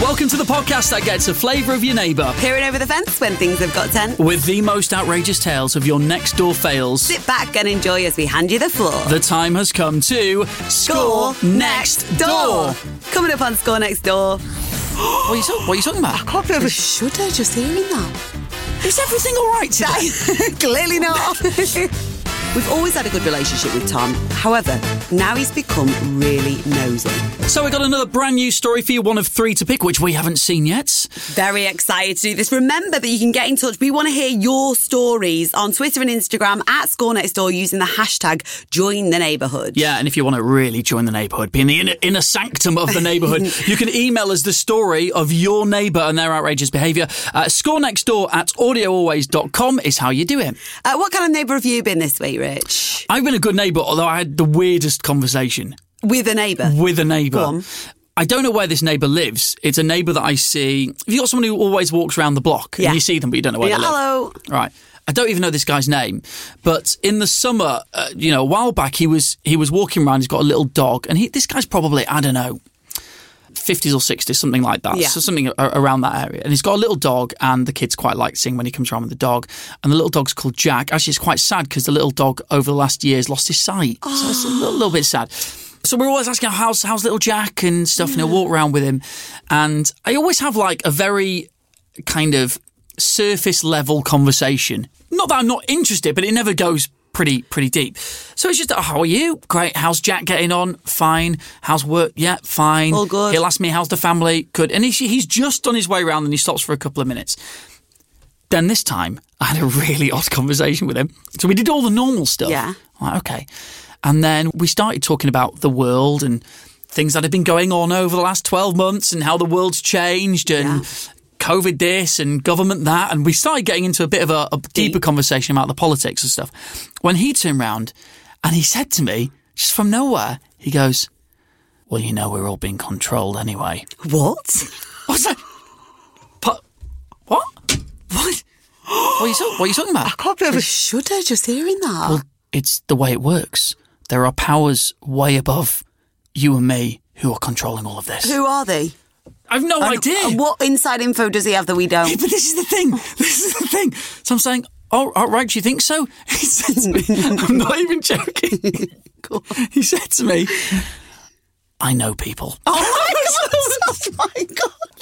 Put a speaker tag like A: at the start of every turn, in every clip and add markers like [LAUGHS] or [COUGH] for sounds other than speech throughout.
A: Welcome to the podcast that gets the flavour of your neighbour
B: Peering over the fence when things have got tense.
A: with the most outrageous tales of your next door fails.
B: Sit back and enjoy as we hand you the floor.
A: The time has come to score next door.
B: Coming up on Score Next Door.
A: What are you, talk- what are you talking about?
B: Can't believe shudder just hearing that.
A: Is everything all right today?
B: [LAUGHS] Clearly not. We've always had a good relationship with Tom. However, now he's become really nosy.
A: So we got another brand new story for you, one of three to pick, which we haven't seen yet.
B: Very excited to do this. Remember that you can get in touch. We want to hear your stories on Twitter and Instagram at Score Next Door using the hashtag join the neighbourhood.
A: Yeah, and if you want to really join the neighbourhood, be in the inner, inner sanctum of the neighbourhood, [LAUGHS] you can email us the story of your neighbour and their outrageous behaviour. Uh, score next door at audioalways.com is how you do it.
B: Uh, what kind of neighbour have you been this week, Rich?
A: I've been a good neighbour, although I had the weirdest conversation
B: With a neighbour.
A: with a neighbour.
B: Go on.
A: I don't know where this neighbour lives. It's a neighbour that I see. Have you got someone who always walks around the block
B: Yeah.
A: and you see them, but you don't know where
B: Yeah,
A: they live?
B: hello.
A: Right. I don't even know this guy's name, but in the summer, uh, you know, a while back, he was he was walking around. He's got a little dog, and he, this guy's probably I don't know, fifties or sixties, something like that.
B: Yeah.
A: So something a- around that area. And he's got a little dog, and the kids quite like seeing when he comes around with the dog. And the little dog's called Jack. Actually, it's quite sad because the little dog over the last years lost his sight. So it's a little, little bit sad. So we're always asking how's how's little Jack and stuff, and he'll walk around with him. And I always have like a very kind of surface level conversation. Not that I'm not interested, but it never goes pretty pretty deep. So it's just, oh, how are you? Great. How's Jack getting on? Fine. How's work? Yeah, fine.
B: All good.
A: He'll ask me, how's the family? Good. And he's, he's just on his way around and he stops for a couple of minutes. Then this time, I had a really odd [LAUGHS] conversation with him. So we did all the normal stuff.
B: Yeah.
A: Like, okay. And then we started talking about the world and things that have been going on over the last 12 months and how the world's changed and COVID this and government that. And we started getting into a bit of a, a deeper conversation about the politics and stuff. When he turned round and he said to me, just from nowhere, he goes, Well, you know, we're all being controlled anyway.
B: What? [LAUGHS]
A: What's that? Pa- what? What? What are, you talk- what are you talking about?
B: Can't believe shudder just hearing that.
A: Well, it's the way it works. There are powers way above you and me who are controlling all of this.
B: Who are they?
A: I've no
B: And-
A: idea.
B: and what inside info does he have that we
A: Yeah,
B: [LAUGHS]
A: [LAUGHS]
B: don't?
A: but this is the thing. This is the thing. So I'm saying, oh, oh, right, do you think so? [LAUGHS] He said to me, I'm not even joking. [LAUGHS] He said to me, I know people. Oh [LAUGHS] my God.
B: [LAUGHS]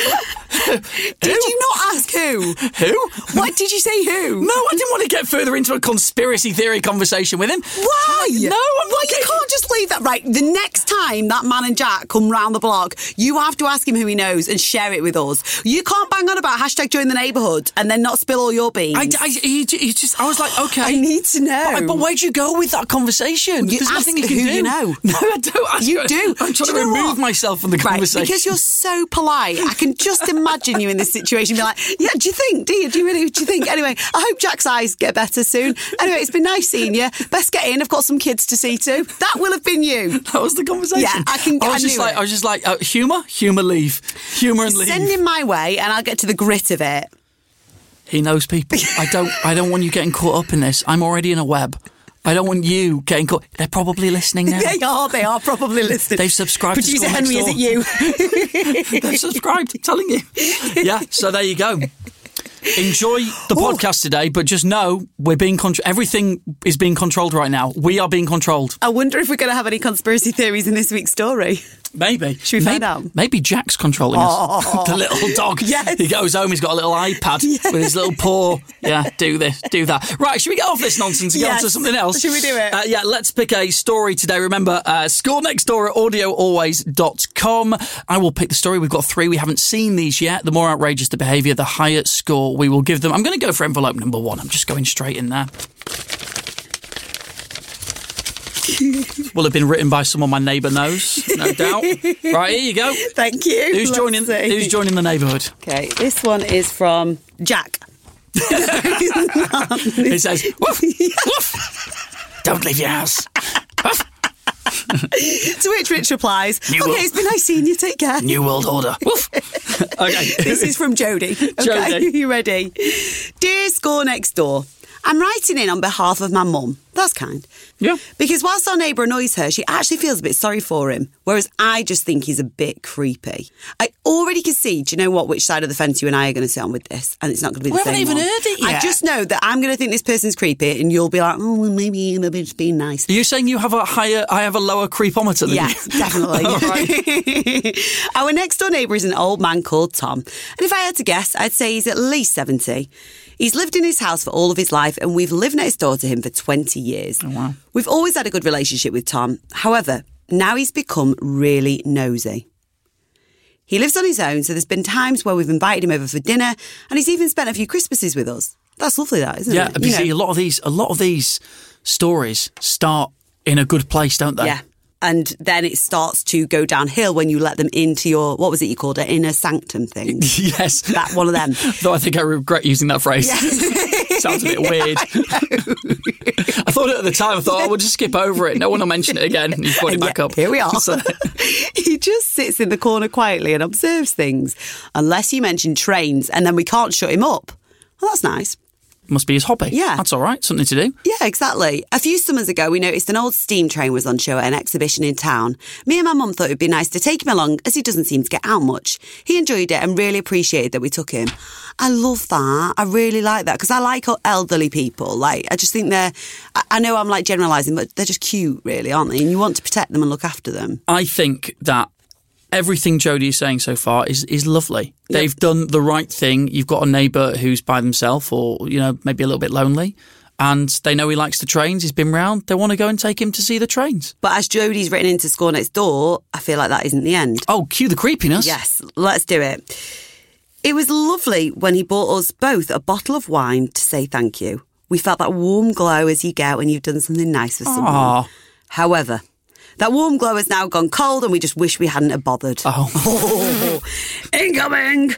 B: Did you not ask who?
A: Who?
B: What did you say who?
A: No, I didn't want to get further into a conspiracy theory conversation with him.
B: Why?
A: No, I'm not
B: Why you
A: getting-
B: can't just leave that right. The next time that man and Jack come round the block, you have to ask him who he knows and share it with us. You can't bang on about hashtag join the neighbourhood and then not spill all your beans.
A: I, I, he, j- he just, I was like, okay.
B: I need to know.
A: But, but where'd you go with that conversation?
B: You
A: There's
B: ask
A: nothing you can
B: who
A: do.
B: you know.
A: [LAUGHS] No, I don't. Ask
B: You do.
A: I'm
B: Do
A: trying
B: you
A: to
B: know
A: remove
B: what?
A: myself from the conversation.
B: Right, because you're so polite. I can just imagine you in this situation be like, yeah, do you think? Do you? Do you really? Do you think? Anyway, I hope Jack's eyes get better soon. Anyway, it's been nice seeing you. Best get in. I've got some kids to see too. That will have been you.
A: [LAUGHS] That was the conversation.
B: Yeah, I can-
A: I
B: I
A: was just
B: knew
A: like,
B: it.
A: I was just like, uh, humor, humor, leave, humor and leave.
B: Send him my way and I'll get to the grit of it.
A: he knows people. I don't. I don't want you getting caught up in this. I'm already in a web. I don't want you getting caught. They're probably listening [LAUGHS]
B: [LAUGHS]
A: now.
B: They are, they are probably listening.
A: They've subscribed to
B: Producer
A: School Next
B: Henry, is it you?
A: They've subscribed. I'm telling you. Yeah. So there you go. Enjoy the podcast today, but just know we're being contr everything is being controlled right now. We are being controlled.
B: I wonder if we're going to have any conspiracy theories in this week's story. [LAUGHS]
A: Maybe.
B: Should we
A: maybe,
B: find out? Oh.
A: Maybe Jack's controlling us. the little dog.
B: [LAUGHS] Yes.
A: He goes home, he's got a little
B: [LAUGHS]
A: iPad with his little paw. Yeah, do this, do that. Right, should we get off this nonsense and get on to
B: Yes.
A: something else?
B: Should we do it?
A: Uh, yeah, let's pick a story today. Remember, uh, score next door at audioalways.com. I will pick the story. We've got three. We haven't seen these yet. The more outrageous the behaviour, the higher score we will give them. I'm going to go for envelope number one. I'm just going straight in
B: [LAUGHS]
A: there. Will have been written by someone my neighbour knows, no doubt. Right, here you go.
B: Thank you.
A: Who's
B: Let's
A: joining?
B: see.
A: Who's joining the neighbourhood?
B: Okay, this one is from [LAUGHS] Jack.
A: It says,
B: [LAUGHS]
A: "Woof, woof, don't leave your house."
B: To which Rich replies,
A: New
B: "Okay,
A: world.
B: it's been nice seeing you. Take care."
A: New World Order. Woof. [LAUGHS] Okay. [LAUGHS]
B: This is from Jodie. Okay, [LAUGHS]
A: Jodie.
B: you ready? Dear Score Next Door, I'm writing in on behalf of my mum. That's kind.
A: Yeah.
B: Because whilst our neighbour annoys her, she actually feels a bit sorry for him, whereas I just think he's a bit creepy. I already can see, do you know what, which side of the fence you and I are going to sit on with this, and it's not going to be the
A: We
B: same
A: haven't even
B: one.
A: heard it
B: I
A: yet.
B: just know that I'm going to think this person's creepy, and you'll be like, oh, well, maybe they're just being nice.
A: Are you saying you have a higher, I have a lower creepometer than
B: Yeah,
A: you?
B: definitely.
A: All right.
B: [LAUGHS] Our next door neighbour is an old man called Tom. And if I had to guess, I'd say he's at least 70. He's lived in his house for all of his life, and we've lived next door to him for 20 years.
A: Oh,
B: wow. We've always had a good relationship with Tom. However, now he's become really nosy. He lives on his own, so there's been times where we've invited him over for dinner, and he's even spent a few Christmases with us. That's lovely, that,
A: [LAUGHS]
B: isn't
A: Yeah,
B: it?
A: but you
B: You know.
A: see, a lot of these, a lot of these stories start in a good place, don't they?
B: Yeah. And then it starts to go downhill when you let them into your, what was it you called it? Inner
A: [LAUGHS]
B: sanctum
A: [LAUGHS]
B: thing.
A: yes.
B: that one of them.
A: Though I think I regret using that phrase. [LAUGHS] Sounds a bit weird. I thought it at the time. I thought, oh, we'll just skip over it. No one will mention it again. And you brought
B: [LAUGHS]
A: it
B: And
A: back
B: yet,
A: up.
B: Here we are.
A: So-
B: [LAUGHS] he just sits in the corner quietly and observes things, unless you mention trains, and then we can't shut him up. Well, that's nice.
A: must be his hobby.
B: Yeah.
A: That's all right. Something to do.
B: Yeah, exactly. A few summers ago, we noticed an old steam train was on show at an exhibition in town. Me and my mum thought it would be nice to take him along as he doesn't seem to get out much. He enjoyed it and really appreciated that we took him. I love that. I really like that because I like elderly people. Like, I just think they're, I- I know I'm like generalising, but they're just cute, really, aren't they? And you want to protect them and look after them.
A: I think that everything Jodie is saying so far is is lovely. They've done the right thing. You've got a neighbour who's by themselves, or you know maybe a little bit lonely, and they know he likes the trains. He's been round. They want to go and take him to see the trains.
B: But as Jodie's written into Score Next Door, I feel like that isn't the end.
A: Oh, cue the creepiness.
B: Yes, let's do it. It was lovely when he bought us both a bottle of wine to say thank you. We felt that warm glow as you get when you've done something nice for someone.
A: Aw. [LAUGHS]
B: However, that warm glow has now gone cold and we just wish we hadn't have bothered. Oh. Incoming!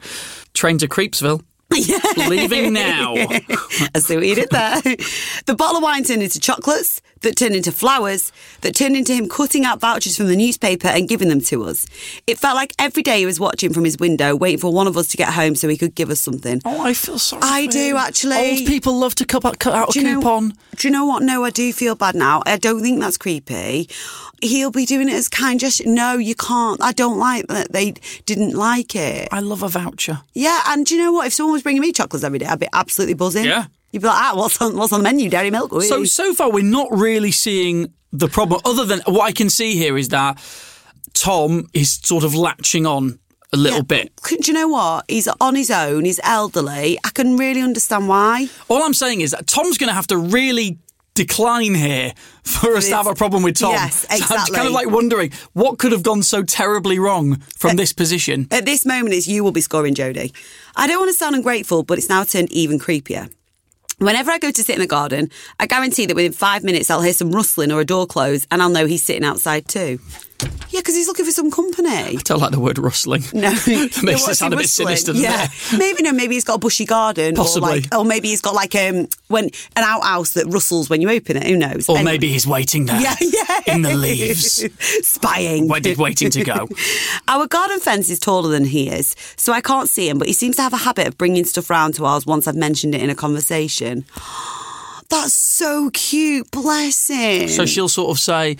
A: Train to Creepsville. Leaving
B: [LAUGHS]
A: now.
B: I see what you did there. the bottle of wine turned into chocolates, that turned into flowers, that turned into him cutting out vouchers from the newspaper and giving them to us. It felt like every day he was watching from his window, waiting for one of us to get home so he could give us something.
A: Oh, I feel sorry.
B: I
A: for
B: do,
A: him.
B: actually.
A: Old people love to cut out, cut out a coupon.
B: Know, do you know what? No, I do feel bad now. I don't think that's creepy. He'll be doing it as kind gesture. No, you can't. I don't like that they didn't like it.
A: I love a voucher.
B: Yeah, and do you know what? If someone was bringing me chocolates every day, I'd be absolutely buzzing.
A: Yeah.
B: You'd be like, ah, what's on, what's on the menu? Dairy milk. Ooh.
A: So so far, we're not really seeing the problem. Other than what I can see here is that Tom is sort of latching on a little bit.
B: do you know what? He's on his own. He's elderly. I can really understand why.
A: All I'm saying is that Tom's going to have to really decline here for us to have a problem with Tom.
B: Yes,
A: [LAUGHS] So I'm just kind
B: exactly.
A: of like wondering what could have gone so terribly wrong
B: Uh,
A: from this position.
B: At this moment, it's you will be scoring, Jodie. I don't want to sound ungrateful, but it's now turned even creepier. Whenever I go to sit in the garden, I guarantee that within five minutes I'll hear some rustling or a door close, and I'll know he's sitting outside too. Yeah, because he's looking for
A: [LAUGHS]
B: some company.
A: I don't like the word rustling.
B: No, [LAUGHS]
A: it makes it sound a bit sinister. doesn't
B: Yeah,
A: it?
B: [LAUGHS] maybe no, maybe he's got a bushy garden,
A: Possibly.
B: or, like, or maybe he's got like um when an outhouse that rustles when you open it. Who knows?
A: Or
B: Anyway.
A: maybe he's waiting there
B: [LAUGHS] Yeah, yeah.
A: in the leaves,
B: [LAUGHS] spying.
A: waiting, waiting
B: [LAUGHS]
A: to go.
B: Our garden fence is taller than he is, so I can't see him, but he seems to have a habit of bringing stuff round to ours once I've mentioned it in a conversation. [GASPS] That's so cute. Bless him.
A: So she'll sort of say,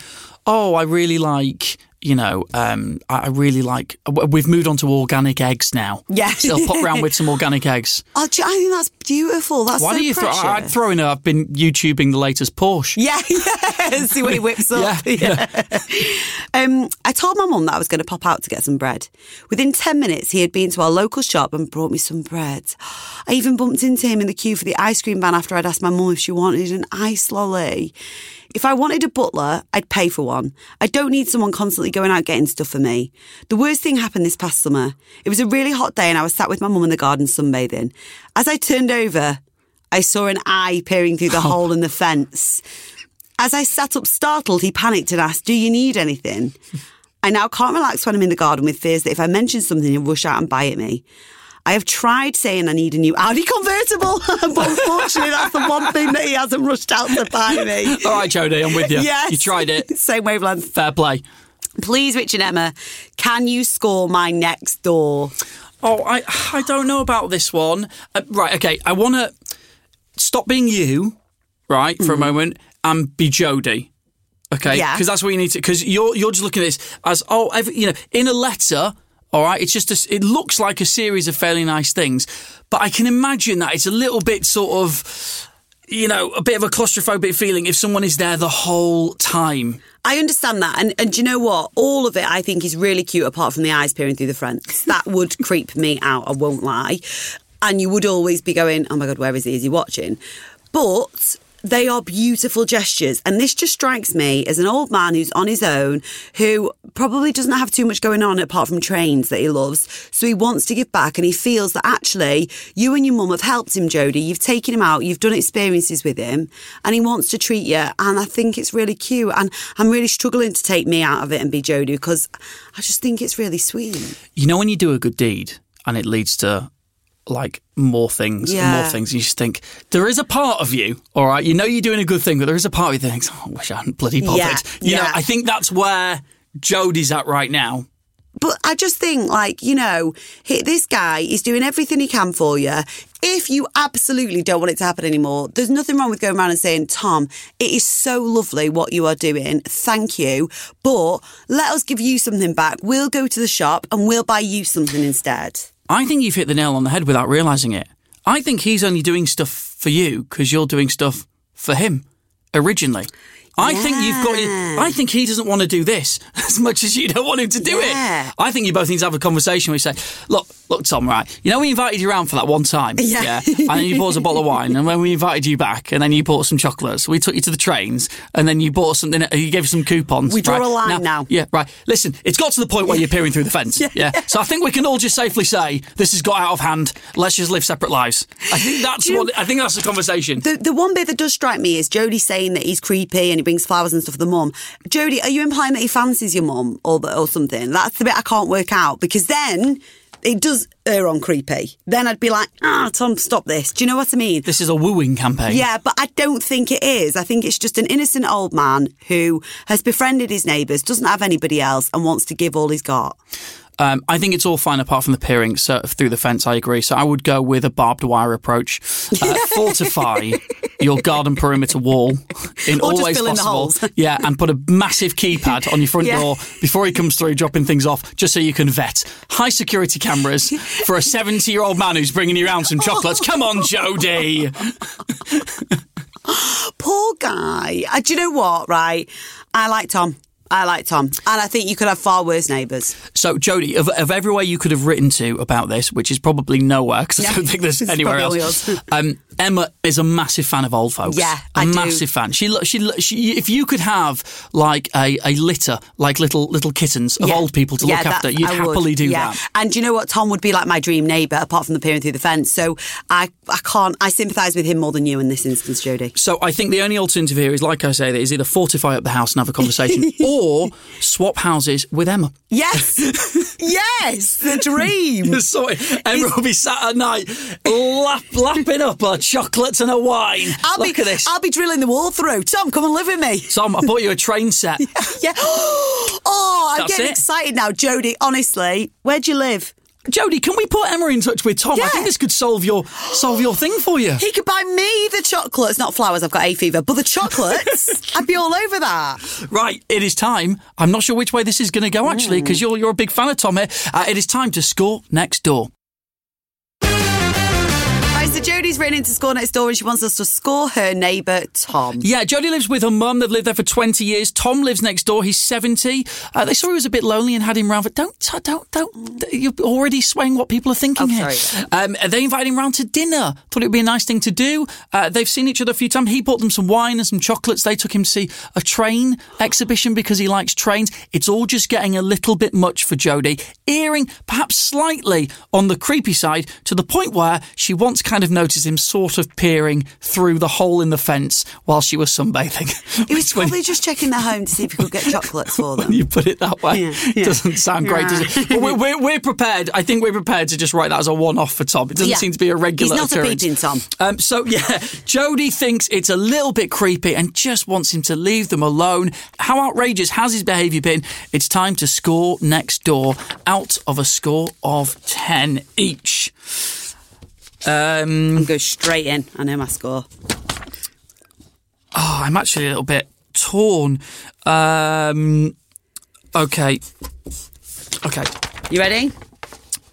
A: "Oh, I really like." You know, um, I I really like. w- We've moved on to organic eggs now.
B: Yeah.
A: so [LAUGHS] they'll pop round with some organic eggs.
B: Oh, do you- I think that's beautiful. That's
A: Why
B: [LAUGHS] so
A: do you? Throw,
B: precious.
A: I'd throw in. A, I've been YouTubing the latest Porsche.
B: [LAUGHS] Yeah, yeah. See what he whips up.
A: Yeah,
B: Um, I told my mum that I was going to pop out to get some bread. Within 10 minutes, he had been to our local shop and brought me some bread. I even bumped into him in the queue for the ice cream van after I'd asked my mum if she wanted an ice lolly. If I wanted a butler, I'd pay for one. I don't need someone constantly going out getting stuff for me. The worst thing happened this past summer. It was a really hot day and I was sat with my mum in the garden sunbathing. As I turned over, I saw an eye peering through the
A: Oh.
B: hole in the fence. As I sat up startled, he panicked and asked, Do you need anything? I now can't relax when I'm in the garden with fears that if I mention something, he'll rush out and buy at me. I have tried saying I need a new Audi convertible, [LAUGHS] but unfortunately, that's the one thing that he hasn't rushed out to buy me.
A: All right, Jodie, I'm with you.
B: Yes.
A: You tried it.
B: [LAUGHS] Same wavelength.
A: Fair play.
B: Please, Rich and Emma, can you score my next door?
A: Oh, I I don't know about this one. Uh, right, okay. I want to. stop being you, right, for a moment, and be Jodie. Okay,
B: Yeah.
A: because that's what you need to. Because you're you're just looking at this as oh, every, you know, in a letter. All right, it's just a s it looks like a series of fairly nice things, but I can imagine that it's a little bit sort of. You know, a bit of a claustrophobic feeling if someone is there the whole time.
B: I understand that. And, and do you know what? All of it I think is really cute apart from the eyes peering through the fence. That would creep me out, I won't lie. And you would always be going, oh my God, where is he? Is he watching? But they are beautiful gestures. And this just strikes me as an old man who's on his own, who probably doesn't have too much going on apart from trains that he loves. So he wants to give back and he feels that actually you and your mum have helped him, Jodie. You've taken him out, you've done experiences with him, and he wants to treat you. And I think it's really cute. And I'm really struggling to take me out of it and be Jodie because I just think it's really sweet.
A: You know, when you do a good deed and it leads to like more things and
B: Yeah.
A: more things, and you just think there is a part of you, all right. You know, you're doing a good thing, but there is a part of you that thinks, oh, I wish I hadn't bloody bothered.
B: Yeah,
A: you know,
B: yeah.
A: I think that's where Jodie's at right now.
B: But I just think, like, you know, he, this guy is doing everything he can for you. If you absolutely don't want it to happen anymore, there's nothing wrong with going around and saying, Tom, it is so lovely what you are doing. Thank you. But let us give you something back. We'll go to the shop and we'll buy you something instead.
A: I think you've hit the nail on the head without realizing it. I think he's only doing stuff for you because you're doing stuff for him originally. I think you've
B: Yeah.
A: got. I think he doesn't want to do this [LAUGHS] as much as you don't want him to do
B: Yeah.
A: it. I think you both need to have a conversation where you say, "Look, look, Tom, right? You know we invited you around for that one time,
B: Yeah.
A: and then you bought us a bottle of wine, and when we invited you back, and then you bought some chocolates. We took you to the trains, and then you bought something. You gave us some coupons.
B: We draw
A: right?
B: a line now.
A: Yeah, right. Listen, it's got to the point where you're peering through the fence. Yeah. So I think we can all just safely say this has got out of hand. Let's just live separate lives. I think that's
B: you-
A: what I think that's the conversation.
B: The, the one bit that does strike me is Jodie saying that he's creepy and he brings flowers and stuff to the mum. Jodie, are you implying that he fancies your mum or the, or something? That's the bit I can't work out because then it does err on creepy. Then I'd be like, ah, Tom, stop this. Do you know what I mean?
A: this is a wooing campaign.
B: Yeah, but I don't think it is. I think it's just an innocent old man who has befriended his neighbours, doesn't have anybody else, and wants to give all he's got.
A: Um, I think it's all fine apart from the peering so, through the fence. I agree. So I would go with a barbed wire approach.
B: [LAUGHS]
A: Uh, fortify your garden perimeter wall in
B: Or
A: all
B: just
A: ways
B: fill in the
A: possible.
B: holes. [LAUGHS]
A: Yeah, and put a massive keypad on your front
B: Yeah.
A: door before he comes through, dropping things off, just so you can vet high security cameras for a seventy-year-old man who's bringing you around some chocolates. Come on, Jody.
B: poor guy. Uh, do you know what? Right, I like Tom. I like Tom, and I think you could have far worse neighbours.
A: So, Jody, of, of everywhere you could have written to about this, which is probably nowhere because I
B: Yeah.
A: don't think
B: [LAUGHS]
A: there's
B: It's
A: anywhere
B: probably
A: else.
B: all yours. [LAUGHS]
A: Um, Emma is a massive fan of old folks.
B: Yeah,
A: a
B: I do.
A: massive fan. She, lo- she, lo- she, if you could have like a, a litter, like little little kittens of
B: Yeah.
A: old people to
B: Yeah,
A: look
B: that-
A: after, you'd
B: I would,
A: happily do
B: yeah.
A: that.
B: And do you know what? Tom would be like my dream neighbour, apart from the peering through the fence. So I, I can't. I sympathise with him more than you in this instance, Jodie.
A: So I think the only alternative here is, like I say, that is either fortify up the house and have a conversation,
B: [LAUGHS]
A: or swap houses with Emma.
B: Yes, [LAUGHS] yes, the
A: [LAUGHS]
B: dream.
A: Sorry, Emma will be sat at night lap, lapping up her chocolates and her wine.
B: I'll
A: Look
B: be,
A: at this.
B: I'll be drilling the wall through. Tom, come and live
A: [LAUGHS]
B: with me.
A: Tom, I bought you a train set.
B: [LAUGHS] Yeah. Oh, I'm
A: That's
B: getting
A: it.
B: excited now, Jodie. Honestly, where do you live?
A: Jody, can we put Emma in touch with Tom? I
B: Yeah.
A: think this could solve your solve your thing for you.
B: He could buy me the chocolates, not flowers. I've got a fever, but
A: [LAUGHS]
B: the chocolates. I'd be all over that.
A: Right, it is time. I'm not sure which way this is going to go actually,
B: Hmm.
A: because you're you're a big fan of Tom here. Uh, it is time to score next door.
B: Right, so Jodie's written into Score Next Door and she wants us to score her neighbour Tom.
A: Yeah, Jody lives with her mum. They've lived there for 20 years. Tom lives next door. He's 70. Uh, they saw he was a bit lonely and had him round. But don't, t- don't, don't. You're already swaying what people are thinking
B: Oh,
A: here.
B: sorry.
A: Um, they invited him round to dinner. Thought it would be a nice thing to do. Uh, they've seen each other a few times. He bought them some wine and some chocolates. They took him to see a train exhibition because he likes trains. It's all just getting a little bit much for Jody. Earring, perhaps slightly on the creepy side, to the point where she once kind of noticed him sort of peering through the hole in the fence while she was sunbathing. [LAUGHS]
B: He was
A: Which when-
B: probably just checking their home to see if he could get chocolates for them.
A: [LAUGHS] you put it that way.
B: Yeah, yeah.
A: Doesn't sound great, does it? But
B: [LAUGHS]
A: we're, we're, we're prepared. I think we're prepared to just write that as a one-off for Tom. It doesn't
B: Yeah.
A: seem to be a regular
B: He's not a
A: occurrence.
B: peeping Tom.
A: Um, so yeah, [LAUGHS] Jodie thinks it's a little bit creepy and just wants him to leave them alone. How outrageous has his behaviour been? It's time to score next door out of a score of ten each. Um,
B: I'm going straight in. I know my score.
A: oh, I'm actually a little bit torn. Um, okay. Okay.
B: You ready?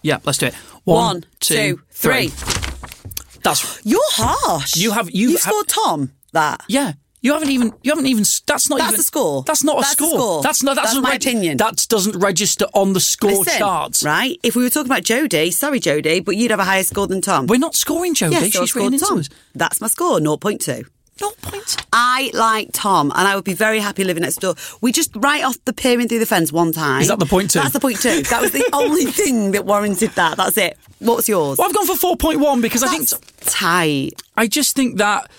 A: Yeah, let's do it.
B: One,
A: One,
B: two,
A: three.
B: three.
A: That's
B: You're harsh.
A: You have- you
B: you
A: have-
B: scored Tom that.
A: yeah. You haven't even. You haven't even. s- That's not
B: That's
A: even
B: a score.
A: That's not a
B: That's a
A: score.
B: score.
A: That's not. That
B: That's
A: doesn't
B: my opinion.
A: That doesn't register on the score
B: Listen,
A: charts.
B: Right? If we were talking about Jodie, sorry Jodie, but you'd have a higher score than Tom.
A: We're not scoring, Jodie.
B: Yes, so I
A: She's written
B: scored
A: into
B: Tom.
A: us.
B: That's my score, 0.2.
A: No point.
B: I like Tom, and I would be very happy living next door. We just right off the peering through the fence one time.
A: Is that the point two?
B: That's the point two. That
A: [LAUGHS]
B: was the only thing that warranted that. That's it. What's yours?
A: Well, I've gone for four point one because I think
B: That's tight.
A: I just think that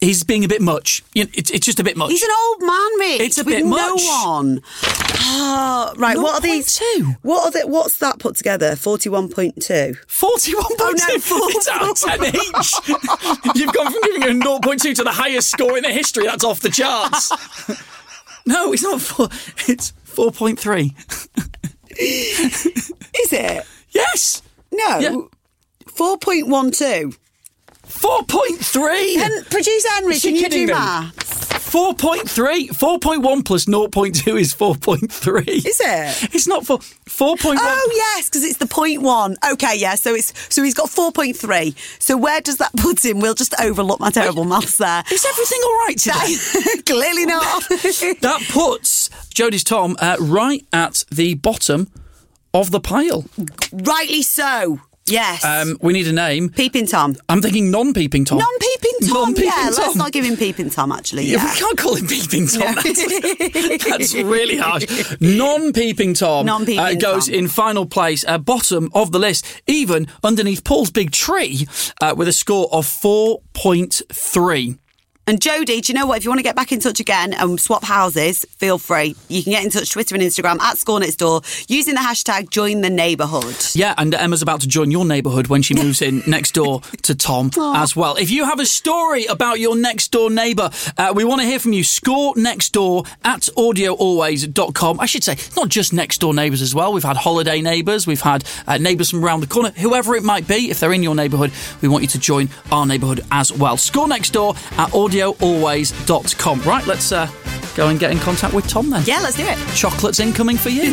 A: he's being a bit much. You know, it's, it's just a bit much.
B: He's an old man, Rich.
A: It's a
B: with
A: bit
B: no
A: much.
B: one. Ah, right. What are these?
A: 0.2.
B: What are the, What's that put together? Forty-one point two.
A: Forty-one
B: Oh,
A: point
B: no,
A: two. [LAUGHS] It's out of ten each. [LAUGHS] You've gone from giving a zero point two to the highest score in the history. That's off the charts. [LAUGHS] no, it's not four. It's four point three.
B: Is it?
A: Yes,
B: No.
A: Yeah.
B: Four point one two.
A: four point three.
B: And producer Henry,
A: she
B: can you
A: kidding
B: do
A: them?
B: math?
A: 4.3 4.1 plus 0.2 is 4.3
B: Is it?
A: it's not for 4.1
B: Oh yes, because it's the point one. Okay, yeah. So it's so he's got four point three. So where does that put him? We'll just overlook my terrible maths [LAUGHS] there.
A: is everything all right today
B: Clearly [LAUGHS] not.
A: that puts Jodie's Tom uh, right at the bottom of the pile
B: Rightly so. Yes.
A: um, we need a name
B: Peeping Tom.
A: I'm thinking non-peeping Tom
B: Non-peeping Tom.
A: Oh. Non-peeping
B: yeah, let's
A: Tom.
B: not give him peeping Tom. Actually,
A: Yeah,
B: yeah.
A: we can't call him peeping Tom [LAUGHS]
B: No. [LAUGHS]
A: that's, that's really harsh [LAUGHS] non-peeping Tom uh,
B: Non-peeping
A: goes
B: Tom.
A: in final place uh, bottom of the list even underneath Paul's big tree uh, with a score of 4.3
B: And Jodie, do you know what? If you want to get back in touch again and swap houses, feel free. You can get in touch Twitter and Instagram at Score Next Door using the hashtag Join the Neighbourhood.
A: Yeah, and Emma's about to join your neighbourhood when she moves in next door to Tom as well. If you have a story about your next door neighbour, uh, we want to hear from you. Score next door at audioalways.com. I should say, it's not just next door neighbours as well. We've had holiday neighbours, we've had uh, neighbours from around the corner, whoever it might be. If they're in your neighbourhood, we want you to join our neighbourhood as well. Score next door at audioalways.com. Right, let's uh, go and get in contact with Tom then.
B: Yeah, let's do it.
A: Chocolate's incoming for you.